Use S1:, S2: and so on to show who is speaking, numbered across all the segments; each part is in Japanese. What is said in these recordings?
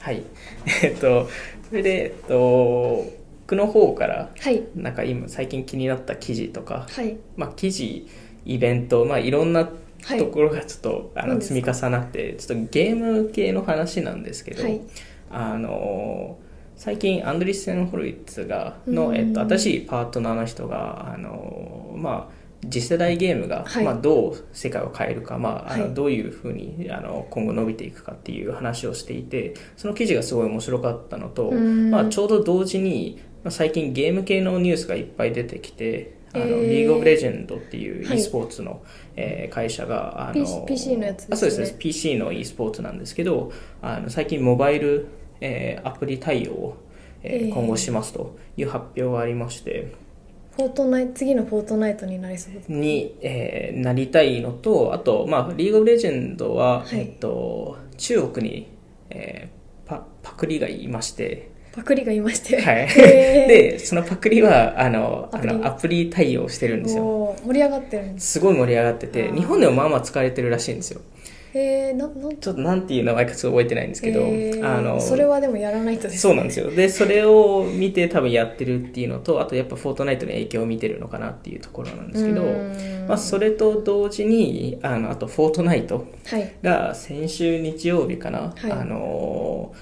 S1: はい。 えっと、それで、えっと、僕の方から、
S2: はい
S1: なんか今、最近気になった記事とか、
S2: はい
S1: まあ、記事、イベント、まあ、いろんな
S2: はい
S1: ところがちょっと、あ
S2: 何
S1: の
S2: です
S1: 積み
S2: か
S1: 重なって、ちょっとゲーム系の話なんですけど、
S2: はい
S1: あの最近アンドリッセン・ホルイッツが
S2: う
S1: の、
S2: ん
S1: えっと、新しいパートナーの人があの、まあ、次世代ゲームが、
S2: はい
S1: まあ、どう世界を変えるか、まあ、あ
S2: はい
S1: のどういうふうにあの今後伸びていくかっていう話をしていてその記事がすごい面白かったのと、
S2: うん
S1: まあ、ちょうど同時に、まあ、最近ゲーム系のニュースがいっぱい出てきて。あの
S2: えー
S1: リーグ・オブ・レジェンドっていう
S2: はい
S1: e スポーツの、えー会社があの
S2: PC PC のやつですね
S1: あそうですね PC の e スポーツなんですけどあの最近モバイル、えーアプリ対応を、えー
S2: えー
S1: 今後しますという発表がありまして
S2: フォートナイ次のフォートナイトになりそうです
S1: に、えーなりたいのとあと、まあ、リーグ・オブ・レジェンドは、
S2: はい
S1: えっと、中国に、えーパパクリがいまして、
S2: パクリがいまして
S1: はい
S2: へ
S1: でそのパクリはあのあ
S2: アプリ
S1: のアプリ対応してるん
S2: ー
S1: ですよ
S2: おー盛り上がってるんです
S1: すごい盛り上がってて
S2: あー
S1: 日本でもまあまあ使われてるらしいんですよ
S2: へえななん
S1: ちょっとなんていう名前かちょっと覚えてないんですけど、
S2: へー
S1: あの
S2: それはでもやらないとです
S1: そうなんですすよ。で、それを見て多分やってるっていうのと、あとやっぱフォートナイトの影響を見てるのかなっていうところなんですけど、まあそれと同時に、あの、あとフォートナイト
S2: はい
S1: が先週日曜日かな、
S2: はい
S1: あの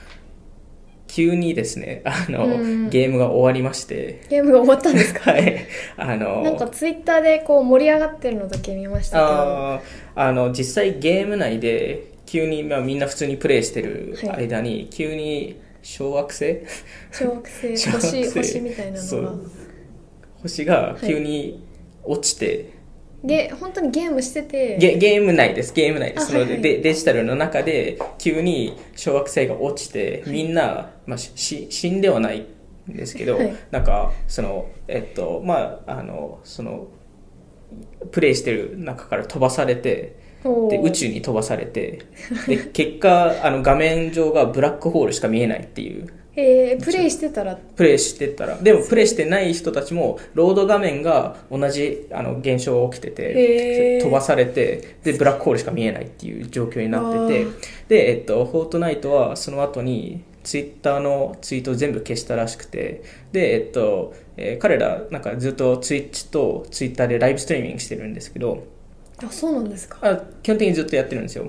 S1: 急にですね、あの、
S2: うん
S1: ゲームが終わりまして、
S2: ゲームが終わったんですか
S1: はい、 あの
S2: なんかツイッターでこう盛り上がってるのだけ見ましたけど
S1: あーあの実際ゲーム内で急に、まあ、みんな普通にプレイしてる
S2: はい
S1: 間に、急に小惑星
S2: 小惑星
S1: 小惑
S2: 星
S1: 星
S2: 星みたいな
S1: そ
S2: のが
S1: う星が
S2: はい
S1: 急に落ちて、
S2: ゲ本当にゲームしてて
S1: ゲゲーム内ですゲーム内です
S2: あ
S1: その、
S2: はいはい
S1: でデジタルの中で急に小惑星が落ちて、みんな、まあ、し死んではないんですけど、
S2: はい
S1: なんかそのえっとまああのそのプレイしてる中から飛ばされて
S2: おー
S1: で宇宙に飛ばされてで 結果あの画面上がブラックホールしか見えないっていう
S2: えープレイしてたら
S1: プレイしてたらでもプレイしてない人たちもロード画面が同じあの現象が起きて
S2: へ
S1: て
S2: ー
S1: 飛ばされてでブラックホールしか見えないっていう状況になって
S2: あ
S1: てで、えっと、フォートナイトはその後にツイッターのツイートを全部消したらしくてで、えっとえー彼らなんかずっとツイッチとツイッターでライブストリーミングしてるんですけど
S2: あそうなんですか
S1: あ基本的にずっとやってるんですよ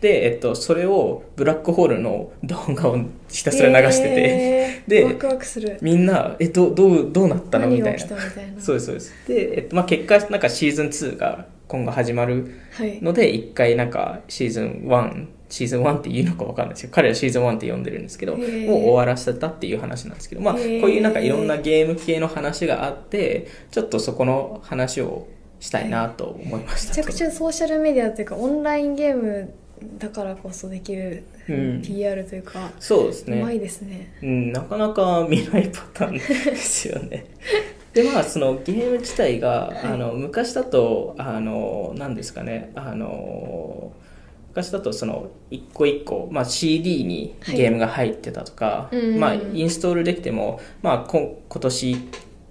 S1: で、えっと、それをブラックホールの動画をひたすら流してて、
S2: えー
S1: で
S2: ワクワクする
S1: みんな、え、どう、どう、どうなったのみた
S2: 何が
S1: い
S2: 起
S1: な
S2: き。たみたいな
S1: そうです、そうです。で、えっと、まあ、結果、なんかシーズン2が今後始まる
S2: はい
S1: ので、一回なんかシーズン1、シーズン1って言うのかわかんないですけど、彼らシーズン1って呼んでるんですけど、
S2: へ
S1: もう
S2: ー
S1: 終わらせたっていう話なんですけど、まあ、こう
S2: へー
S1: いうなんかいろんなゲーム系の話があって、ちょっとそこの話をしたいなと思いまし
S2: め
S1: た。
S2: ちゃくちゃソーシャルメディアというかオンラインゲームだからこそできる
S1: うん
S2: PR というか、
S1: そうです
S2: う
S1: ね。
S2: まいですね
S1: うん、なかなか見ないパターンですよ ね。でまあそのゲーム自体が、
S2: い
S1: あの昔だとあの何ですかねあの昔だとその一個一個、まあ、CD に
S2: はい
S1: ゲームが入ってたとか、
S2: うん
S1: まあ、インストールできても、まあ、こ今年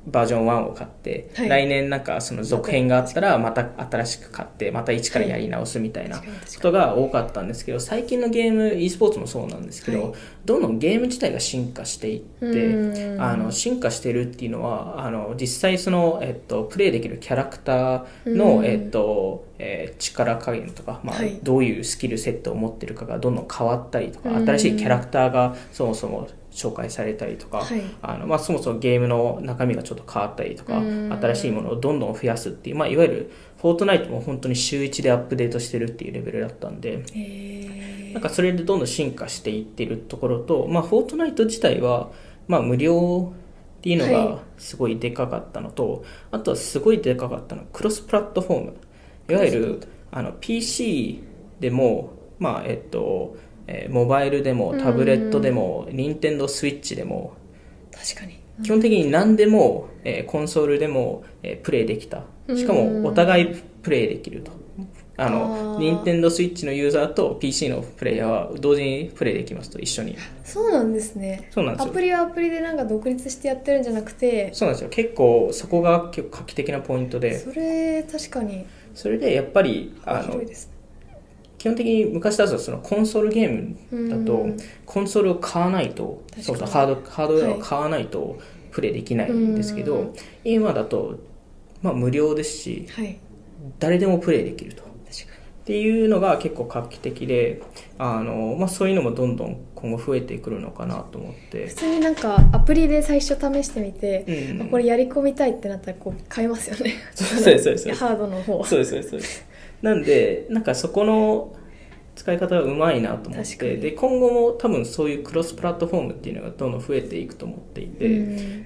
S1: バージョン1を買って、
S2: はい
S1: 来年なんかその続編があったらまた新しく買ってまた一からやり直すみたいな
S2: 確かに
S1: こ
S2: 確か
S1: とが多かったんですけど最近のゲーム e スポーツもそうなんですけど、
S2: はい
S1: どんどんゲーム自体が進化していって、
S2: うん
S1: あの進化してるっていうのはあの実際その、えっと、プレイできるキャラクターの、
S2: うん
S1: えっとえー力加減とか、まあ
S2: はい
S1: どういうスキルセットを持ってるかがどんどん変わったりとか、
S2: うん
S1: 新しいキャラクターがそもそも紹介されたりとか、
S2: はい
S1: あのまあ、そもそもゲームの中身がちょっと変わったりとか、
S2: うん
S1: 新しいものをどんどん増やすっていう、まあ、いわゆるフォートナイトも本当に週1でアップデートしてるっていうレベルだったんで、
S2: にえ
S1: なんかそれでどんどん進化していってるところと、まあ、フォートナイト自体は、まあ、無料っていうの
S2: はい
S1: がすごいでかかったのと、あとはすごいでかかったのはクロスプラットフォームいわゆるあの PC でも、まあえっとえーモバイルでもタブレットでも任天堂 Switch でも
S2: ー確かに
S1: 基本的に何でも、えーコンソールでも、えープレイできたしか
S2: うん
S1: もお互いプレイできるとあの
S2: あー
S1: 任天堂 Switch のユーザーと PC のプレイヤーは同時にプレイできますと一緒に
S2: そうなんですね
S1: そうなんです
S2: ア
S1: よ
S2: プリはアプリでなんか独立してやってるんじゃなくて
S1: そうなんですよ結構そこが結構画期的なポイントで
S2: それ確かに
S1: それでやっぱりあ
S2: 広
S1: の
S2: いですね
S1: 基本的に昔だとそのコンソールゲームだと
S2: うん
S1: コンソールを買わないと
S2: 確かに
S1: そうそうハードハードウェアを買わないとプレイできないんですけど、
S2: うん
S1: 今だと、まあ、無料ですし
S2: はい
S1: 誰でもプレイできると。
S2: 確か
S1: っていうのが結構画期的であの、まあ、そういうのもどんどん今後増えてくるのかなと思っ
S2: に
S1: て
S2: 普、通になんかアプリで最初試してみて、
S1: うん
S2: あこれやり込みたいってなったらこう買いますよね
S1: そうそうですそうです
S2: ハードの方
S1: そうですそうですそうですなんでなんかそこの使い方がうまいなと思っ
S2: 確か
S1: て
S2: に
S1: で今後も多分そういうクロスプラットフォームっていうのがどんどん増えていくと思っていて、
S2: う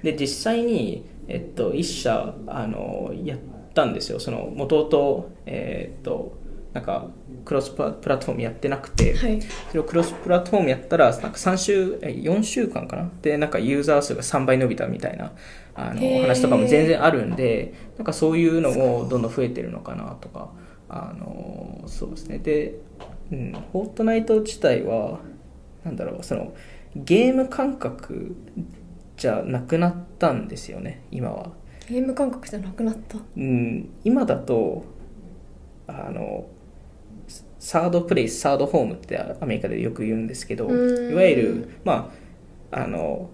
S2: ん
S1: で実際に、えっと、一社あのやったんですよそのもともとえーっとなんかクロスプラプラットフォームやってなくて、
S2: はい
S1: それをクロスプラットフォームやったらなんか3週え4週間かなでなんかユーザー数が3倍伸びたみたいなあの
S2: へー
S1: 話とかも全然あるんでなんかそういうのもどんどん増えてるのかなとかあのそうですねで、うん、フォートナイト自体はなんだろうそのゲーム感覚じゃなくなったんですよね今は。
S2: ゲーム感覚じゃなくなった
S1: うん、今だとあのサードプレイスサードホームってアメリカでよく言うんですけど
S2: うん
S1: いわゆるまああの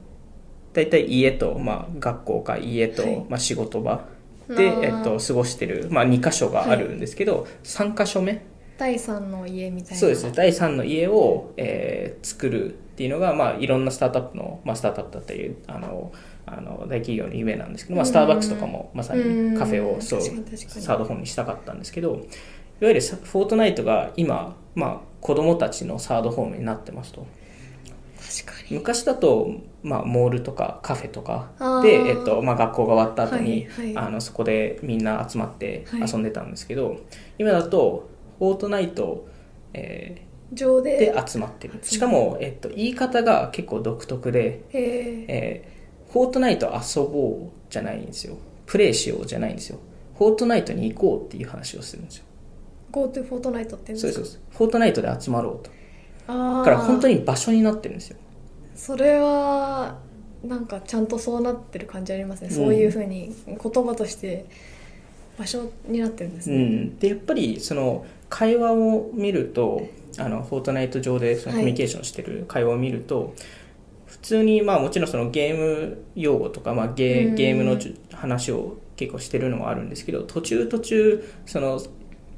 S1: 大体家と、まあ、学校か家と、
S2: はい
S1: まあ、仕事場
S2: あ
S1: で、
S2: ー
S1: えっと、過ごしてる、まあ、2箇所があるんですけど、三3箇所目
S2: 第三の家みたいな
S1: そうですね第3の家を、えー作るっていうのが、まあ、いろんなスタートアップの、まあ、スタートアップだったりあのあの大企業の夢なんですけど、まあ、スターバックスとかもまさ
S2: うん
S1: にカフェをそう
S2: 確かに確かに
S1: サードホームにしたかったんですけどいわゆるさフォートナイトが今、まあ、子供たちのサードホームになってますと。
S2: 確かに
S1: 昔だと、まあ、モールとかカフェとか
S2: あー
S1: で、えっとまあ、学校が終わった後に、
S2: はいはい
S1: あのそこでみんな集まって
S2: はい
S1: 遊んでたんですけど、今だとフォートナイト、え
S2: 上
S1: ー
S2: で
S1: で集まってるしかも、えっと、言い方が結構独特で、
S2: え
S1: えーフォートナイト遊ぼうじゃないんですよプレイしようじゃないんですよフォートナイトに行こうっていう話をするんですよ
S2: GoTo フォートナイトって言うん
S1: そ
S2: で
S1: う
S2: す
S1: で
S2: か
S1: すフォートナイトで集まろうと
S2: あ
S1: だ
S2: あ
S1: から本当に場所になってるんですよ
S2: それはなんかちゃんとそうなってる感じありますね、そういうふうに言葉として場所になってるんです
S1: う
S2: ね、
S1: ん、でやっぱりその会話を見るとあのフォートナイト上でその
S2: は
S1: コミ
S2: い
S1: ュニケーションしてる会話を見ると、普通にまあもちろんそのゲーム用語とか、まあ、ゲ
S2: うん
S1: ーゲームのじゅ話を結構してるのはあるんですけど途中途中その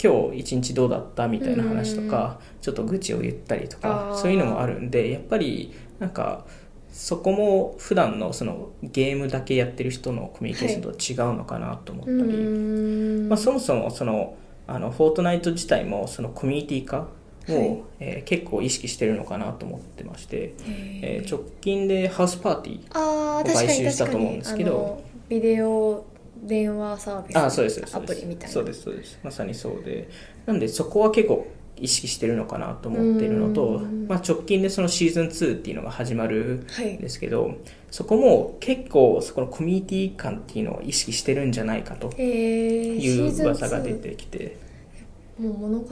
S1: 今日一日どうだったみたいな話とか、ちょっと愚痴を言ったりと
S2: あー
S1: かそういうのもあるんでやっぱりなんかそこも普段のそのゲームだけやってる人のコミュニケーションとは違うのかなと思ったり。
S2: うーん
S1: まあ、そもそもそのあのフォートナイト自体もそのコミュニティ化を、
S2: はい
S1: えー結構意識してるのかなと思ってまして、
S2: へ
S1: えー
S2: ー
S1: 直近でハウスパーティー
S2: あー確かに
S1: 買収したと思うんですけど
S2: 確かにあのビデオ電話サービス
S1: あそうですそうです
S2: アプリみたいな
S1: そうですそうですまさにそうでなんでそこは結構意識してるのかなと思っているのと
S2: うん、
S1: まあ、直近でそのシーズン2っていうのが始まる
S2: はい
S1: んですけど、そこも結構そこのコミュニティ感っていうのを意識してるんじゃないかと
S2: えー、
S1: い
S2: シーズ
S1: う
S2: ン
S1: 噂が出
S2: 2
S1: てきて。
S2: もう物語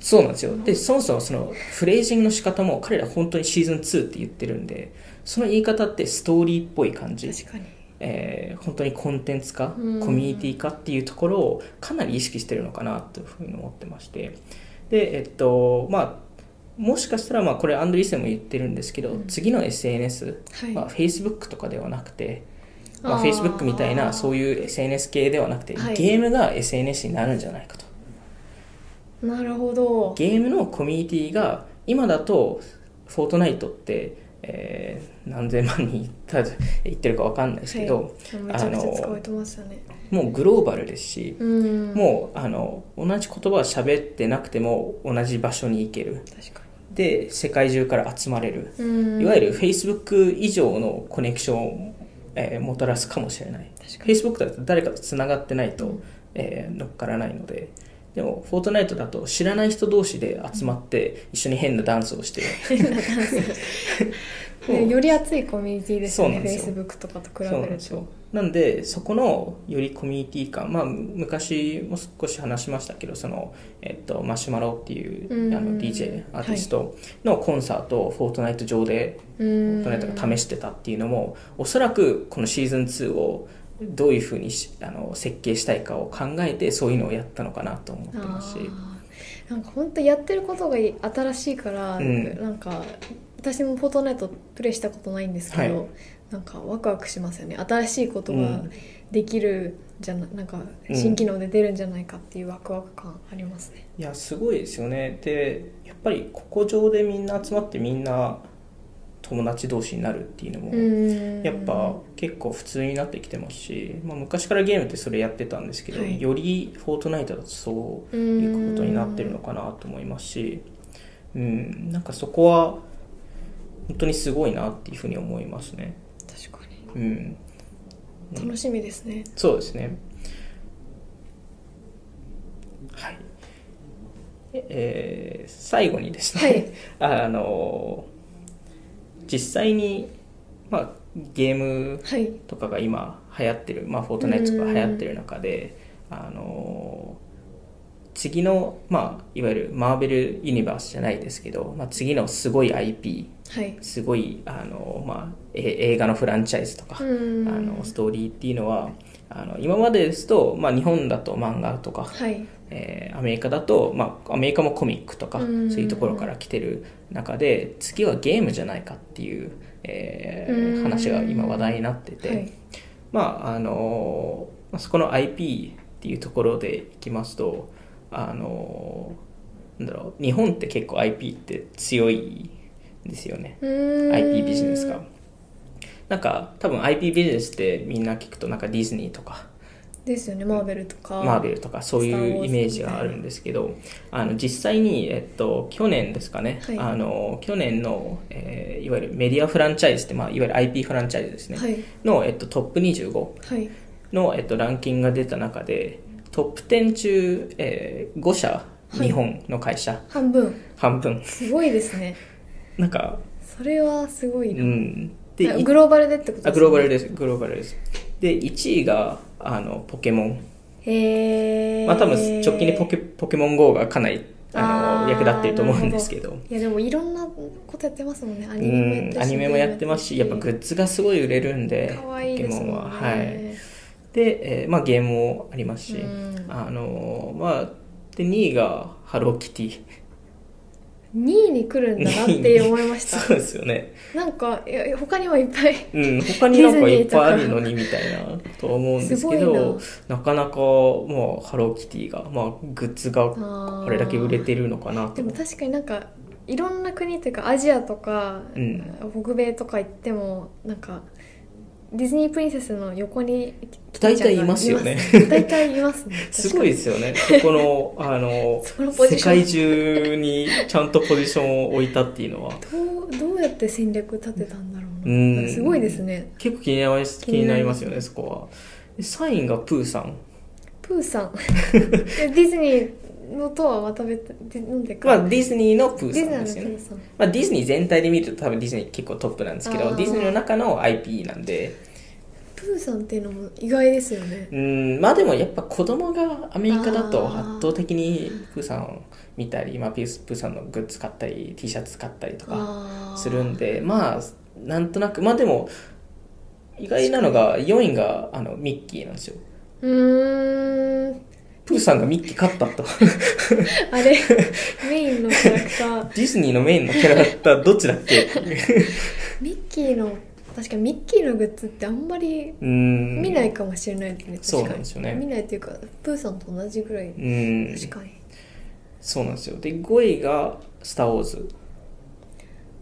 S1: そうなんですよでそもそもそのフレージングの仕方も彼ら本当にシーズン2って言ってるんでその言い方ってストーリーっぽい感じ、
S2: 確かに
S1: えー本当にコンテンツ化コ
S2: うん
S1: ミュニティ化っていうところをかなり意識してるのかなというふうに思ってましてでえっとまあもしかしたらまあこれアンドリーセンも言ってるんですけど、
S2: うん
S1: 次の SNS、
S2: はい、
S1: まあ、Facebook とかではなくて、まあ、
S2: あー
S1: Facebook みたいなそういう SNS 系ではなくて、
S2: はい
S1: ゲームが SNS になるんじゃないかと。
S2: なるほど
S1: ゲームのコミュニティが今だと「フォートナイト」って、えー何千万人いったいってるかわかんないですけど、
S2: はい、めちゃくちゃ使われてますよね
S1: もうグローバルですし、
S2: うん
S1: もうあの同じ言葉を喋ってなくても同じ場所に行ける
S2: 確か
S1: で世界中から集まれる、
S2: にうん
S1: いわゆる Facebook 以上のコネクションを、えーもたらすかもしれない
S2: 確かに
S1: Facebook だと誰かとつながってないと、えー乗っからないのででもフォートナイトだと知らない人同士で集まって一緒に変なダンスをして、
S2: ね、より熱いコミュニティですよね、
S1: そうなん
S2: フェ
S1: で
S2: イ
S1: す
S2: ス
S1: よ
S2: ブックとかと
S1: そう
S2: 比
S1: な
S2: べ
S1: ん
S2: る
S1: です
S2: と。
S1: よなんでそこのよりコミュニティ感まあ昔も少し話しましたけどその、えっと、マシュマロっていう
S2: うん
S1: あの DJ アーティストのコンサートをフォートナイト上で
S2: う
S1: フ
S2: ん
S1: ォートナイトが試してたっていうのもおそらくこのシーズン2をどういうふうにしあの設計したいかを考えてそういうのをやったのかなと思ってますし。
S2: あなんか本当やってることが新しいから、
S1: うん
S2: なんか私もフォートナイトプレイしたことないんですけど、
S1: はい
S2: なんかワクワクしますよね新しいこと
S1: う
S2: が
S1: ん
S2: できるじゃな,、なんか
S1: うん
S2: 新機能で出るんじゃないかっていうワクワク感ありますね、
S1: いやすごいですよねでやっぱりここ上でみんな集まってみんな友達同士になるっていうのも、
S2: うん
S1: やっぱ結構普通になってきてますし、まあ、昔からゲームってそれやってたんですけど、
S2: はい
S1: より「フォートナイト」だとそう
S2: う
S1: い
S2: ん
S1: うことになってるのかなと思いますし、うん、なんかそこは本当にすごいなっていうふうに思いますね。
S2: 確か
S1: う
S2: に
S1: ん、
S2: 楽しみですね、
S1: そうですね。はい。えー最後にですね、 あの実際に、まあ、ゲーム
S2: はい
S1: とかが今流行ってる、まあ、フォートナイトとか流行ってる中で、あの次の、まあ、いわゆるマーベル・ユニバースじゃないですけど、まあ、次のすごい IP
S2: はい
S1: すごいあの、まあ、え映画のフランチャイズとか、
S2: うん
S1: あのストーリーっていうのはあの今までですと、まあ、日本だと漫画とか、
S2: はい
S1: えーアメリカだと、まあ、アメリカもコミックとか
S2: う
S1: そうんいうところから来てる中で次はゲームじゃないかっていう、えー
S2: うん
S1: 話が今話題になってて、
S2: はい
S1: まああのーまあそこの IP っていうところでいきますとあのーなんだろう日本って結構 IP って強いんですよね。
S2: うん
S1: IP ビジネスがなんか多分 IP ビジネスってみんな聞くとなんかディズニーとか
S2: ですよねマーベルとか
S1: マーベルとかそう
S2: スターウォー
S1: い
S2: ズ
S1: うイメージがあるんですけどあの実際に、えっと、去年ですかね、
S2: はい
S1: あの去年の、えーいわゆるメディアフランチャイズって、まあ、いわゆる IP フランチャイズですね、
S2: はい
S1: の、えっと、トップ25
S2: はい
S1: の、えっと、ランキングが出た中でトップ10中、え5社
S2: い
S1: 日本の会社、
S2: 半分
S1: 半分
S2: すごいですね
S1: なんか
S2: それはすごいうな、
S1: ん
S2: あ
S1: で
S2: グローバルでってことです
S1: あグローバルですグローバルですで1位があのポケモン、
S2: へえ
S1: まあ、多分直近でポケポケモン GO がかなりあの
S2: あー
S1: 役立ってると思うんですけど
S2: いやでもいろんなことやってますもんねア
S1: う
S2: ニメもやっ
S1: ん
S2: て
S1: アニメもやってますしやっぱグッズがすごい売れるんで
S2: 可愛いで
S1: ポ
S2: すもん
S1: ケ
S2: ね
S1: モンははいで、えーまあ、ゲームもありますし、
S2: うん
S1: あのまあで2位がハローキティ
S2: 2位に来るんだなって思いまし
S1: そう
S2: た
S1: ですよね
S2: なんかいや他にはいっぱい
S1: うん他になんかいっぱいあるの
S2: デ
S1: にみたいなとは思うんですけ
S2: すごい
S1: どなかなかもうハローキティが、まあ、グッズが
S2: あ ー
S1: これだけ売れてるのかなと
S2: でも確かになんかいろんな国というかアジアとか、
S1: うん
S2: 北米とか行ってもなんかディズニープリンセスの横にキテ
S1: 大
S2: ィちゃんが
S1: 体いますよね
S2: 大体 いますね
S1: すごいですよねそこのあの
S2: そのポジ
S1: 世
S2: ション
S1: 界中にちゃんとポジションを置いたっていうのは
S2: 確かにどうどうやって戦略立てたんだろ
S1: う
S2: うな、
S1: ん
S2: なんかすごいですね
S1: 結構気になります気
S2: 気
S1: に
S2: に
S1: な
S2: な
S1: り
S2: り
S1: ま
S2: ますす
S1: よねそこはでサインがプーさん
S2: プ ーさんえディズニーのとはまた別でなんでか、
S1: まあディズニーのプー
S2: ディズ
S1: さ
S2: ニ
S1: ん
S2: ーの
S1: で
S2: プ
S1: すよね
S2: ーさん
S1: まあ、ディズニー全体で見ると多分ディズニー結構トップなんですけ
S2: あ
S1: ど
S2: ー
S1: ディズニーの中の IP なんで
S2: プーさんっていうのも意外ですよね
S1: うんまあでもやっぱ子供がアメリカだと
S2: あー
S1: 圧倒的にプーさんを見たり、まあ、プープーさんのグッズ買ったり T シャツ買ったりとか
S2: あー
S1: するんでまあなんとなくまあでも意外なのが4位があのミッキーなんですよ
S2: うーん
S1: プーさんがミッキー勝った と
S2: あれメインのキャラクター
S1: ディズニーのメインのキャラクターどっちだっけ っていう
S2: ミッキーの確かにミッキーのグッズってあんまり
S1: うん
S2: 見ないかもしれないですね、確かに
S1: そうなんですよね
S2: 見ないというかプーさんと同じぐら
S1: う
S2: い、
S1: ん
S2: 確かに
S1: そうなんですよで5位が「スター・ウォーズ」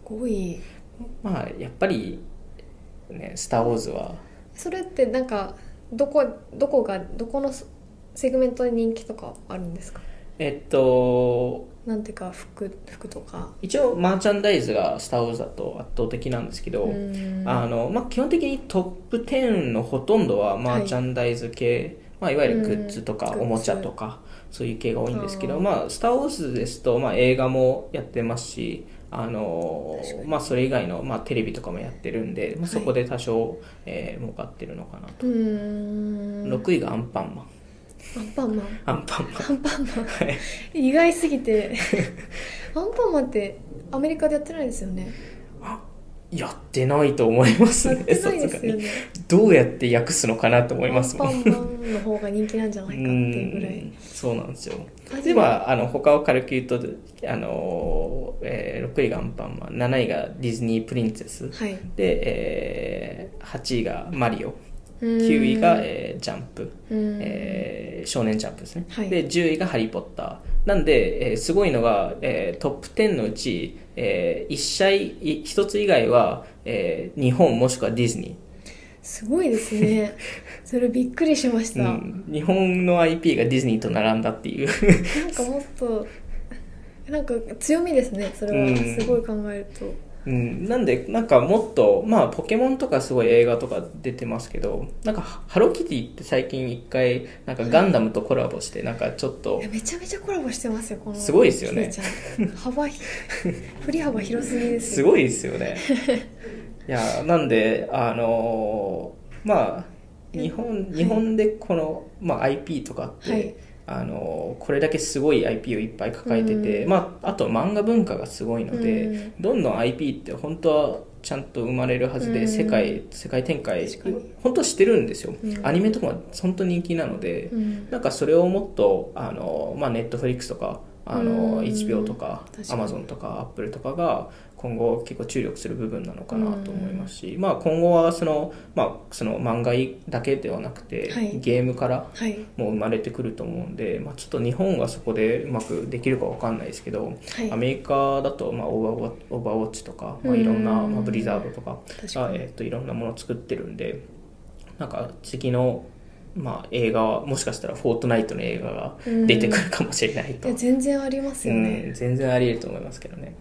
S2: 5位
S1: まあやっぱりね「スター・ウォーズは」
S2: それってなんかどこどこがどこのセグメントで人気とかあるんですか
S1: えっと
S2: なんていうか服服とか
S1: 一応マーチャンダイズが「スター・ウォーズ」だと圧倒的なんですけど、
S2: うん
S1: あのまあ、基本的にトップ10のほとんどはマーチャンダイズ系、いまあ、いわゆるグッズとか
S2: うん
S1: おもちゃとかそういう系が多いんですけ
S2: あ
S1: ど「
S2: ー
S1: まあ、スター・ウォーズ」ですと、まあ、映画もやってますしあの
S2: 確か、に
S1: まあ、それ以外の、まあ、テレビとかもやってるんで、まあ、そこで多少、えー儲かってるのかなと、
S2: うん
S1: 6位がアンパンマン
S2: アンパンマン
S1: アンパンマン
S2: アンパンマン
S1: はい
S2: 意 外すぎてアンパンマンってアメリカでやってないですよね
S1: あやってないと思います
S2: や
S1: ね
S2: ってない
S1: さ
S2: ですよ
S1: すがに
S2: ね
S1: どうやって訳すのかなと思いますも
S2: ア
S1: ん
S2: ンパンマンの方が人気なんじゃな
S1: う
S2: いかっていうぐらい
S1: んそうなんですよ
S2: アジ
S1: ではあの他を軽く言うと、あのえー6位がアンパンマン7位がディズニープリンセス
S2: はい
S1: で、えー8位がマリオ
S2: 9
S1: 9位が、えージャンプ、
S2: うん
S1: えー少年ジャンプですね、
S2: はい
S1: で10位が「ハリー・ポッター」なんで、えーすごいのが、えートップ10のうち、え1社い1つ以外は、えー日本もしくはディズニ
S2: すごいですね それびっくりしまし
S1: ー、
S2: た、
S1: うん日本の IP がディズニーと並んだっていう
S2: なんかもっとなんか強みですねそれは、
S1: うん
S2: すごい考えると
S1: うん、なんでなんかもっとまあポケモンとかすごい映画とか出てますけどなんかハハローキティって最近一回なんかガンダムとコラボしてなんかちょっと
S2: いやめちゃめちゃコラボしてますよこの
S1: すごいですよね
S2: キティちゃん幅 ひ振り幅広すぎです
S1: す
S2: よ
S1: ごいですよ ねいやなんであのーまあ日本日本でこの、まあ、IP とかって、
S2: はい
S1: あのーこれだけすごい IP をいっぱい抱えてて、
S2: うん
S1: まあ、あと漫画文化がすごいので、
S2: うん
S1: どんどん IP って本当はちゃんと生まれるはずで、
S2: うん
S1: 世界世界展開
S2: 確かに
S1: 本当はしてるんですよ、
S2: うん
S1: アニメとかも本当人気なので、
S2: うん
S1: なんかそれをもっとあの、まあ、ネットフリックスとかあ
S2: う
S1: の
S2: ん
S1: 1秒とか
S2: 確か
S1: ア
S2: に
S1: マゾンとかアップルとかが今後結構注力する部分なのかなと思いますし、まあ、今後はその、まあ、その漫画だけではなくて、
S2: はい
S1: ゲームから
S2: はい
S1: もう生まれてくると思うんで、まあ、ちょっと日本はそこでうまくできるかわかんないですけど、
S2: はい
S1: アメリカだと、まあ、オーバーウォッチオーバーウォッチとか、まあ、
S2: うん
S1: いろんな、まあ、ブリザードとか
S2: 確
S1: が
S2: か、に
S1: えっといろんなものを作ってるんでなんか次の、まあ、映画はもしかしたら「フォートナイト」の映画が出てくるかもしれないと、
S2: いや全然ありますよね、
S1: うん全然ありえると思いますけどね、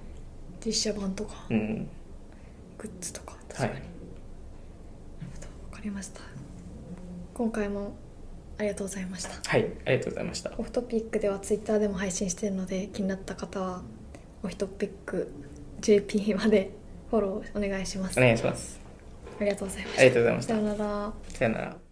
S2: 実写版とか
S1: うん
S2: グッズとか確
S1: は
S2: か
S1: い
S2: に、わ、かりました今回もありがとうございました
S1: はい、ありがとうございました
S2: オフトピックではツイッターでも配信しているので気になった方はオフトピック JP までフォローお願いします
S1: お願いします
S2: ありがとうございまし
S1: ありがとうございま
S2: た
S1: し
S2: さ
S1: た
S2: ようなら
S1: さよなら